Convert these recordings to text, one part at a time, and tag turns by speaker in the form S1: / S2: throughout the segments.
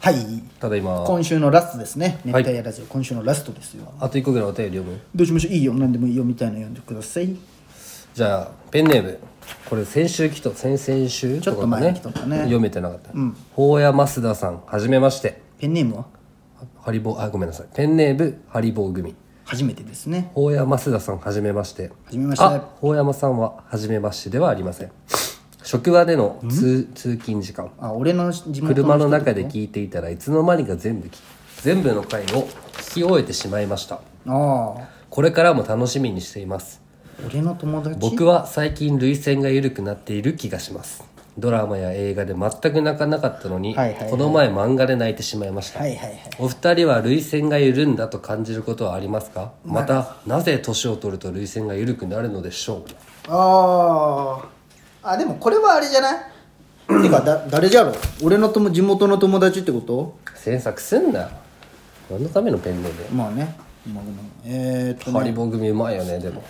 S1: はい
S2: ただいま
S1: 今週のラストですね熱
S2: はい
S1: 帯夜ラジオ、今週のラストですよ
S2: あと1個ぐらいお便り読む
S1: どうしましょういいよ何でもいいよみたいなの読んでください
S2: じゃあペンネームこれ先週きと先々週
S1: ちょっと前に来とったね
S2: 読めてなかった法屋増田さんはじめまして
S1: ペンネームは
S2: ハリボーあごめんなさいペンネームハリボー組
S1: 初めてですね
S2: 法屋増田さんはじめまして
S1: はじめまして
S2: あ法山さんははじめましてではありません職場での通通勤時間
S1: あ俺の地元
S2: 車の中
S1: 人
S2: で聞いていたらいつの間にか全部聞き全部の回を聞き終えてしまいました
S1: ああ
S2: これからも楽しみにしています
S1: 俺の友達
S2: 僕は最近涙腺が緩くなっている気がしますドラマや映画で全く泣かなかったのに、
S1: はいはいはい
S2: この前漫画で泣いてしまいました、
S1: はいはいはい
S2: お二人は涙腺が緩んだと感じることはありますかまたなぜ年を取ると涙腺が緩くなるのでしょう
S1: あああでもこれはあれじゃ ないてかだ誰じゃろう俺の友地元の友達ってこと
S2: 詮索すんなよ何のためのペンネームだよ
S1: まあねまあまあえー、っとね
S2: ハリボー組うまいよね でも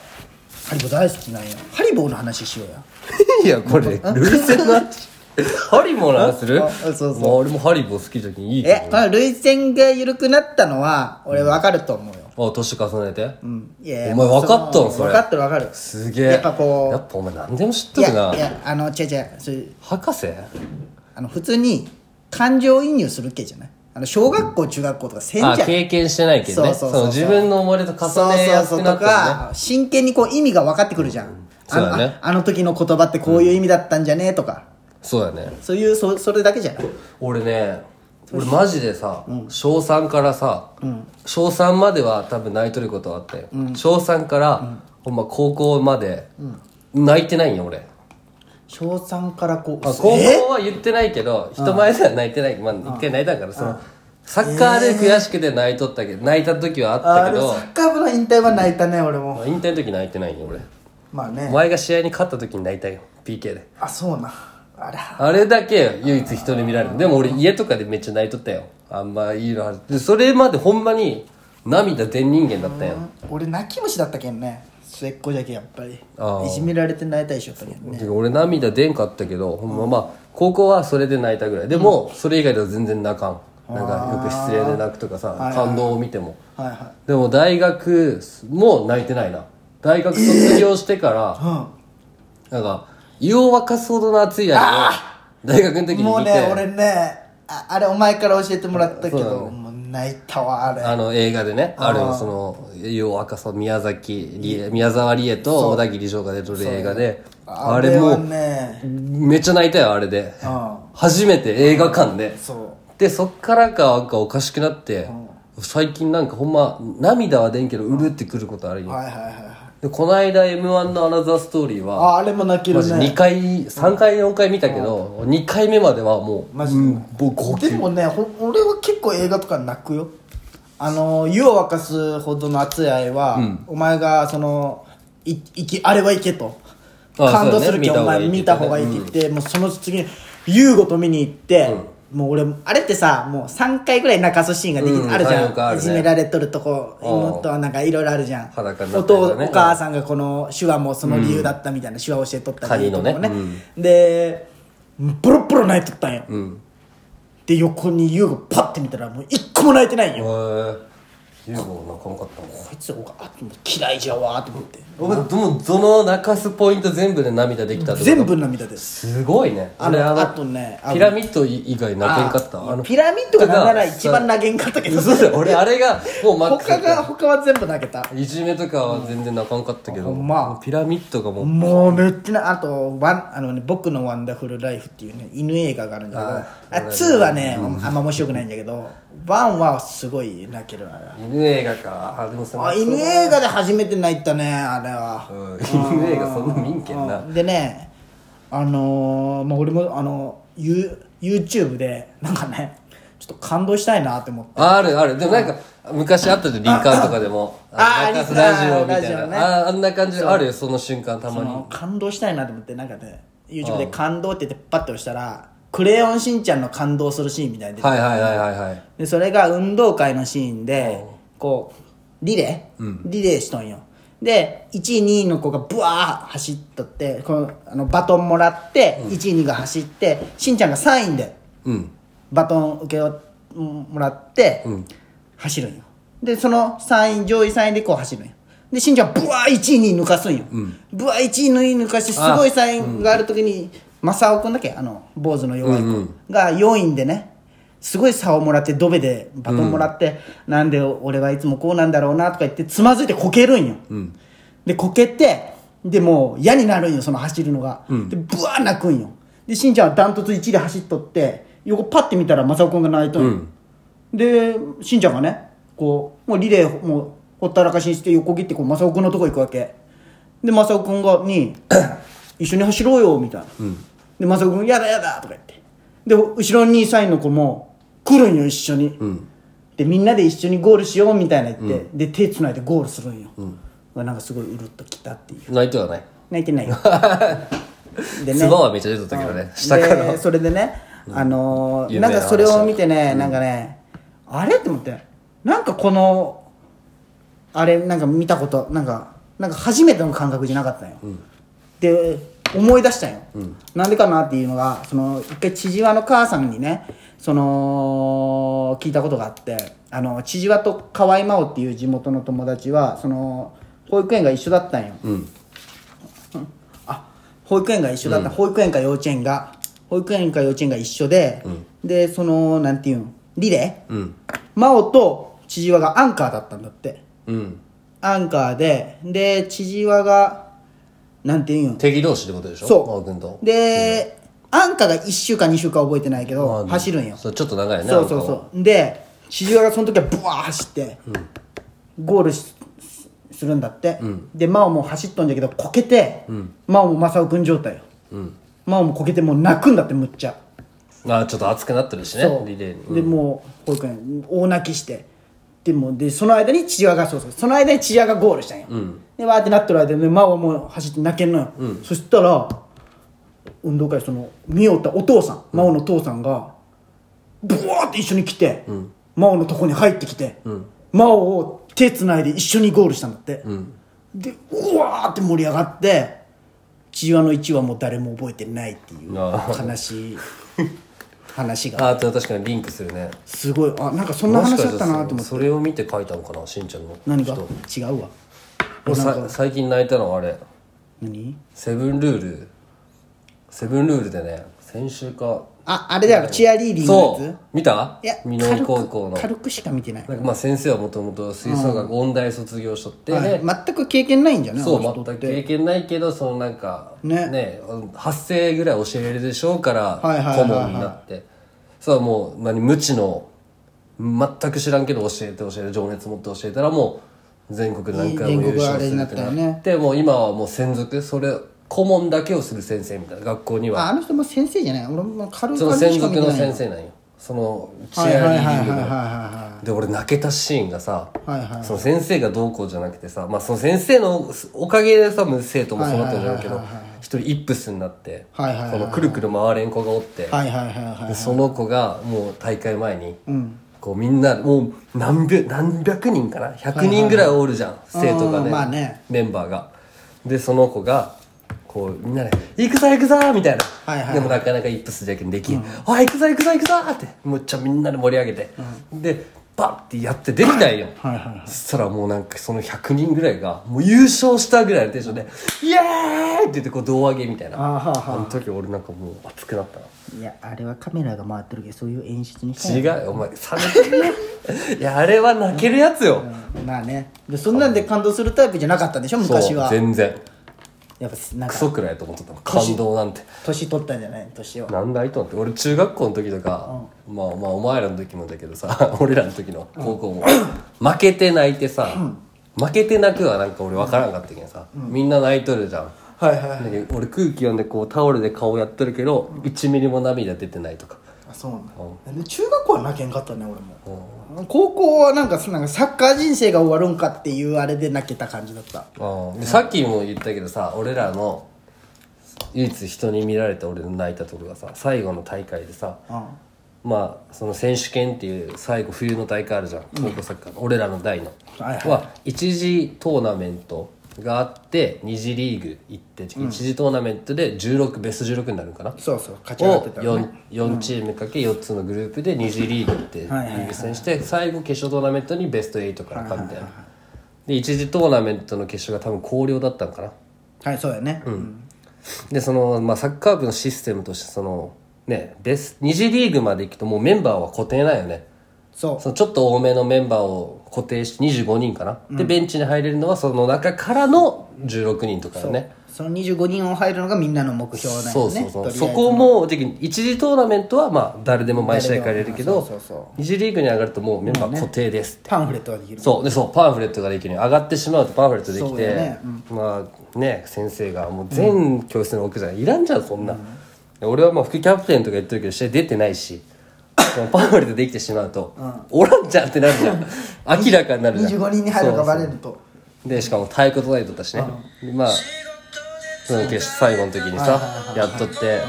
S1: ハリボー大好きなんやハリボーの話しようや
S2: いやこれ涙腺 の話ハリボーなんする
S1: ああそうそう
S2: まあ俺もハリボー好きじゃけんいいけ
S1: え、まあ、涙腺が緩くなったのは俺分かると思うよ、
S2: どあ年重ねて、
S1: うん、いやいや
S2: お前分かったのそれ
S1: 分かってる分かる
S2: すげえ
S1: やっぱこう
S2: やっぱお前何でも知っ
S1: い
S2: とるな
S1: やいやあの違う違うそれ
S2: 博士
S1: あの普通に感情移入するっけじゃないあの小学校中学校とかせんじゃん
S2: あ経験してないけどね
S1: そうそうそう
S2: の自分の思い出と重ねやす
S1: そうそうそ
S2: く
S1: う
S2: な
S1: と
S2: ったもんね
S1: か真剣にこう意味が分かってくるじゃん、
S2: そうだね
S1: あのああの時の言葉ってこういう意味だったんじゃねとか、
S2: そうだね
S1: そういうそそれだけじゃない
S2: 俺ね俺マジでさ、小3からさ、小3までは多分泣いとることはあったよ、小3から、ほんま高校まで、泣いてないんよ俺
S1: 小3からこう
S2: まあ、高校は言ってないけど人前では泣いてないまあ一回泣いたからそのサッカーで悔しくて泣いとったけど泣いた時はあっ
S1: あ
S2: た
S1: ー
S2: け
S1: でも
S2: ど
S1: サッカー部の引退は泣いたね俺も
S2: まあ引退の時泣いてないよ俺
S1: まあ
S2: お
S1: ね
S2: 前が試合に勝った時に泣いたよ PK で
S1: あそうなあら
S2: あれだけ唯一人に見られるでも俺家とかでめっちゃ泣いとったよあんまいいのあるでそれまでほんまに涙全人間だったよ
S1: 俺泣き虫だったけんね末っ子じゃけんやっぱり
S2: あー
S1: いじめられて泣いたりしよったけんね
S2: てか俺涙出んかったけどほんままあ高校はそれで泣いたぐらいでもそれ以外では全然泣かんなんかよく失礼で泣くとかさ感動を見ても
S1: はいは
S2: でも大学も泣いてないな大学卒業してから、なんか湯を沸かすほどの熱いやつを大学の時
S1: い
S2: に
S1: もう
S2: 見て、
S1: ね俺ねああれお前から教えてもらったけ
S2: そうだ
S1: ど、もう泣いたわあれ
S2: あの映画でねあるその湯を沸かす宮崎理恵宮沢りえと小田切翔が出てる映画であれも
S1: はね
S2: めっちゃ泣いたよあれで
S1: うん
S2: 初めて映画館で
S1: そ
S2: でそっからかなんかおかしくなって最近なんかほんま涙は出んけどうるってくることある
S1: う
S2: よ
S1: はいはいはいはい
S2: でこの間 m 1の「アナザーストーリーは
S1: ああれも泣け
S2: マ
S1: る
S2: ジ
S1: ね
S2: 2回3回4回見たけど2回目まではもう
S1: マジで
S2: うんもう号
S1: で
S2: 泣
S1: もねほ俺は結構映画とか泣くよあの湯を沸かすほどの熱い愛は、お前がそのいいきあれはいけと
S2: あ
S1: 感動
S2: そうだね
S1: するけど、
S2: 見た
S1: お
S2: 方がいい
S1: 前
S2: って
S1: 見た方がいいって言って、もうその次に優吾と見に行って、もう俺もあれってさもう3回ぐらい泣かすシーンができる、
S2: うん
S1: あるじ
S2: 何
S1: ゃ
S2: 回かあ
S1: ん、
S2: るね
S1: いじめられとるとこ
S2: うん
S1: 妹はなんかいろいろあるじゃん
S2: 裸にな
S1: お
S2: ったりと
S1: 父
S2: かね
S1: お母さんがこの手話もその理由だったみたいな手話を教えとったりとかもね
S2: カニのね
S1: でボロボロ泣いとったんよ、
S2: うん
S1: で横に優がパッて見たらもう一個も泣いてないん
S2: へ
S1: よ、
S2: え優吾泣かなかったもん
S1: こいつおかあもう嫌いじゃわーと思って
S2: 俺でもその泣かすポイント全部で涙できたってこと
S1: 全部涙です
S2: すごいね
S1: あの
S2: 俺
S1: あとねあの
S2: ピラミッド以外泣けんかった
S1: あ
S2: あの
S1: ピラミッドがななら
S2: とか
S1: 一番投げんかったけど
S2: そ うだよ俺あれがもうマックスだ
S1: 他
S2: っ
S1: が
S2: た
S1: 他は全部投げた
S2: いじめとかは全然泣かんかったけど、
S1: うんほんま
S2: ピラミッドがもう、
S1: もうめっちゃなあとワンあの、ね「僕のワンダフルライフ」っていうね犬映画があるんだけどあ2はね、あんま面白くないんだけど1はすごい泣けるあれ
S2: 犬映画かあでもその
S1: あ犬映画で初めて泣いたねあれは、
S2: うん犬映画そんな民家な
S1: うんでねあのーまあ、俺もあのユ YouTube でなんかねちょっと感動したいなって思って
S2: あるあるでもなんか昔あったじゃん林間とかでも
S1: あ
S2: あの
S1: あ
S2: 中洲ラジオみた
S1: ラジオ
S2: い
S1: ね
S2: なああんな感じであるよその瞬間たま
S1: あ
S2: に
S1: の感動したいなと思ってなんかね YouTube で「感動」って言ってパッて押したら「クレヨンしんちゃん」の感動するシーンみたいなの出て
S2: はいはいはいはいはい
S1: でそれが運動会のシーンでこうリレー、リレーしとんよで1位2位の子がブワー走っとってこのあのバトンもらって、1位2位が走ってしんちゃんが3位で
S2: うん
S1: バトン受けよもらって、走るんよでその3位上位3位でこう走るんよでしんちゃんブワー1位に抜かすんよ、ブワー1位の抜かしてすごいサインがある時に正雄君だっけあの坊主の弱い子が4位でねすごい差をもらってドベでバトンもらって、なんで俺はいつもこうなんだろうなとか言ってつまずいてこけるんよ、でこけてでもう嫌になるんよその走るのが、でブワー泣くんよでしんちゃんはダントツ1位で走っとって横パッて見たら正雄君が泣いとんよ、でしんちゃんがねこうもうリレーもうほったらかしにして横切ってこう正雄君のとこ行くわけで正雄君がに 「一緒に走ろうよ」みたいな、で正雄君「やだやだ」とか言ってで後ろに3位の子も来るんよ一緒に、でみんなで一緒にゴールしようみたいな言って、で手つないでゴールするんよ、なんかすごいうるっときたっていう
S2: 泣いてはない
S1: 泣いて ないよで
S2: 唾はめっちゃ出とったけどね下から
S1: でそれでね、あのー
S2: 有
S1: な
S2: 名
S1: ん
S2: な
S1: かそれを見てね、なんかねあれって思ってなんかこのあれなんか見たことなんかなんか初めての感覚じゃなかったんよ、で思い出したんよな、んでかなっていうのがその一回千々和の母さんにねその聞いたことがあってあの千々和と河合真央っていう地元の友達はその保育園が一緒だったんよ、あ保育園が一緒だった、保育園か幼稚園が保育園か幼稚園が一緒で、でそのなんていうんリレー、
S2: うん
S1: 真央と千々和がアンカーだったんだって
S2: うん
S1: アンカーでで千々和がなんていうん
S2: 敵同士ってことでしょ
S1: そう
S2: 真央君と
S1: で、アンカーが1週か2週か覚えてないけ
S2: ま
S1: ど
S2: あ
S1: 走るんよ
S2: そうちょっと長いね
S1: そうそうそうで千々岩がその時はブワー走って、ゴールしするんだって、で真央も走っとんだけどこけて、真央も正雄君状態よ、真央もこけてもう泣くんだってむっちゃ、
S2: 青君はあちょっと熱くなってるしね
S1: そう
S2: リレーに
S1: でもう保育園大泣きしてでもうでその間に千々岩がそうそうその間に千々岩がゴールしたんよ、でわーってなってる間に真央はもう走って泣けんのよ、そしたら運動会その見よったお父さん真央の父さんがブワーって一緒に来て、真央のとこに入ってきて、真央を手つないで一緒にゴールしたんだって、でうわーって盛り上がって千々岩の1はもう誰も覚えてないっていう
S2: あ
S1: 悲しい話が
S2: ああ確かにリンクするね
S1: すごいあなんかそんな話あったなと思
S2: もしかしたら
S1: って
S2: それを見て書いたのかなしんちゃんの
S1: 何か
S2: 人
S1: 違うわ
S2: 俺さ最近泣いたのはあれ
S1: 何
S2: セブンルールセブンルールでね先週か
S1: ああれだよチアリーディン
S2: そ
S1: グのや
S2: う見た
S1: ついや
S2: 美濃高校
S1: 軽
S2: の
S1: く軽くしか見てない
S2: なんかまあ先生はもともと吹奏楽音大卒業しとって、で
S1: はい全く経験ないんじゃない
S2: そ
S1: あの人
S2: う
S1: っ
S2: 全く
S1: て
S2: 経験ないけどそのなんか
S1: ね
S2: 発声ぐらい教えれるでしょうから
S1: はいはいはい
S2: 顧
S1: はい
S2: 問になってそうもう何無知の全く知らんけど教えて教える情熱持って教えたらもう全国で何回も優勝する
S1: 全国あれにな
S2: ってな
S1: ったよね
S2: ってもう今はもう専属それ顧問だけをする先生みたいな学校には
S1: ああの人も先生じゃない俺も軽
S2: そ
S1: く
S2: の
S1: 軽く
S2: 専
S1: しか見て
S2: 属
S1: ない
S2: の先
S1: 生
S2: 生なんよそのチア
S1: は
S2: リ
S1: いはいはい
S2: ー
S1: はいはい
S2: ディングの
S1: は
S2: で俺泣けたシーンがさ、
S1: はいはい
S2: その先生がどうこうじゃなくてさ、まあ、その先生のおかげでさ生徒もそうなったんじゃないけど
S1: はいはいはい
S2: 一人イップスになって、
S1: はいはいはいはい
S2: そのくるくる回れん子がおって、
S1: いはいはいはいはい
S2: でその子がもう大会前に、こうみんなもう何百何百人かな100人ぐらいおるじゃん、生徒が
S1: う
S2: ね,、
S1: んまあね
S2: メンバーがでその子がこうみんなで「行くぞ行くぞ!」みたいな、
S1: はいはいはい
S2: でもなかなかイップスじゃけんできん「あ行くぞ行くぞ行くぞ!」ってむっちゃみんなで盛り上げて、でバッてやってできないよ、
S1: はいはいはい
S2: そしたらもうなんかその100人ぐらいがもう優勝したぐらいのテンションで「イエーイ!」って言ってこう胴上げみたいな
S1: あはは
S2: あの時俺なんかもう熱くなったない
S1: やあれはカメラが回ってるけどそういう演出にしたい
S2: 違うよお前冷めて るねいやあれは泣けるやつよ、
S1: まあねでそんなんで感動するタイプじゃなかったんでしょ昔は
S2: そう全然
S1: やっぱなん
S2: ク
S1: か
S2: ソくらいと思ってたもん感動なんて
S1: 年取ったんじゃない年を
S2: なんだいと思って俺中学校の時とか、まあまあお前らの時もだけどさ 俺らの時の高校も、負けて泣いてさ、負けて泣くはなんか俺分からんかったけんさ、みんな泣いとるじゃん、
S1: はいはい
S2: だけど俺空気読んでこうタオルで顔やっとるけど、1ミリも涙出てないとか
S1: あそうなんだ、で中学校は泣けんかったね俺も、高校はなんかなんかサッカー人生が終わるんかっていうあれで泣けた感じだった
S2: でさっきも言ったけどさ俺らの唯一人に見られた俺の泣いたとこがさ最後の大会でさ、まあその選手権っていう最後冬の大会あるじゃん高校サッカーの、俺らの代の、
S1: はいはい
S2: 一次トーナメントがあって2次リーグ行って1次トーナメントで16ベスト16になるのかな
S1: そうそう勝ち上がっ
S2: を
S1: てたよね
S2: 4, 4チームかけ4つのグループで2次リーグってリ
S1: はいはいはい
S2: ーグ戦して最後決勝トーナメントにベスト8から勝ってで1次トーナメントの決勝が多分広陵だったのかな
S1: はいそうやね
S2: でその、まあ、サッカー部のシステムとしてそのねベス2次リーグまで行くともうメンバーは固定なんよね
S1: そう
S2: そのちょっと多めのメンバーを固定して25人かな、でベンチに入れるのはその中からの16人とかよね
S1: その25人を入るのがみんなの目標なん
S2: そ
S1: よ
S2: う
S1: ね
S2: そうそう、
S1: とりあえず
S2: そこもで一次トーナメントはまあ誰でも毎試合借りれるけど
S1: そうそうそ
S2: 二次リーグに上がるともうメンバー固定ですって、
S1: パンフレットができる
S2: そうでそうパンフレットができるように上がってしまうとパンフレットでき
S1: そう
S2: て、
S1: だね
S2: まあね先生がもう全教室に置くじゃないいらんじゃんそんな、俺はまあ副キャプテンとか言ってるけど試合出てな いしそのパンフレットできてしまうと、おらんじゃんってなるじゃん明らかになるじゃん
S1: 25人に入るのがバレると
S2: でしかも太鼓叩いとったしね、まあその決最後の時にさ、やっとって、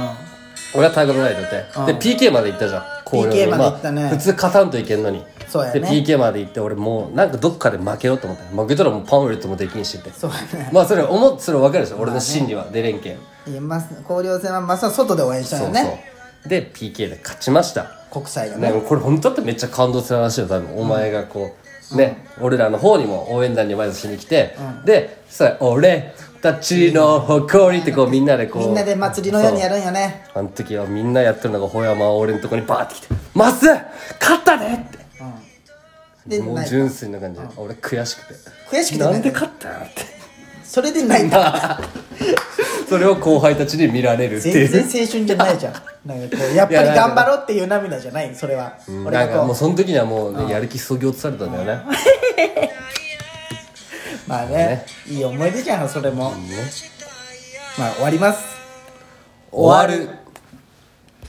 S2: 俺は太鼓叩いとって、で PK まで行ったじゃん広陵
S1: PK まで行ったね
S2: まあ普通勝たんといけんのに
S1: そうやね
S2: で PK まで行って俺もうなんかどっかで負けようと思った負けたらもうパンフレットもできんしって
S1: そうやね
S2: まあそれ思ってそれ分かるでしょ俺の心理は出れんけん
S1: いやま広陵戦はまさに外で応援した
S2: そ
S1: よ
S2: う
S1: ね
S2: そうで PK で勝ちました
S1: 国際が
S2: ね、
S1: ね
S2: これ本当だってめっちゃ感動する話よ多分お前がこう、ね、俺らの方にも応援団に挨拶しに来て、でそしたら俺たちの誇り」ってこうみんなでこ
S1: み
S2: う
S1: んなで祭りのようにやるんよね
S2: そうあの時はみんなやってるのがほやま俺のとこにバーって来て「マス勝ったね!」って
S1: で
S2: もう
S1: ない
S2: 純粋な感じで、俺悔しくて
S1: 悔しくて
S2: な
S1: なんん
S2: で
S1: で
S2: 勝ったって
S1: それでないんだ
S2: それを後輩たちに見られるっていう
S1: 全然青春じゃないじゃんなんかこうやっぱり頑張ろうっていう涙じゃないそれは俺
S2: な
S1: が
S2: んか
S1: こ
S2: もう
S1: う
S2: その時にはもうね、やる気そぎ落とされたんだよね
S1: まあねいい思い出じゃんそれもまあ終わります
S2: 終わる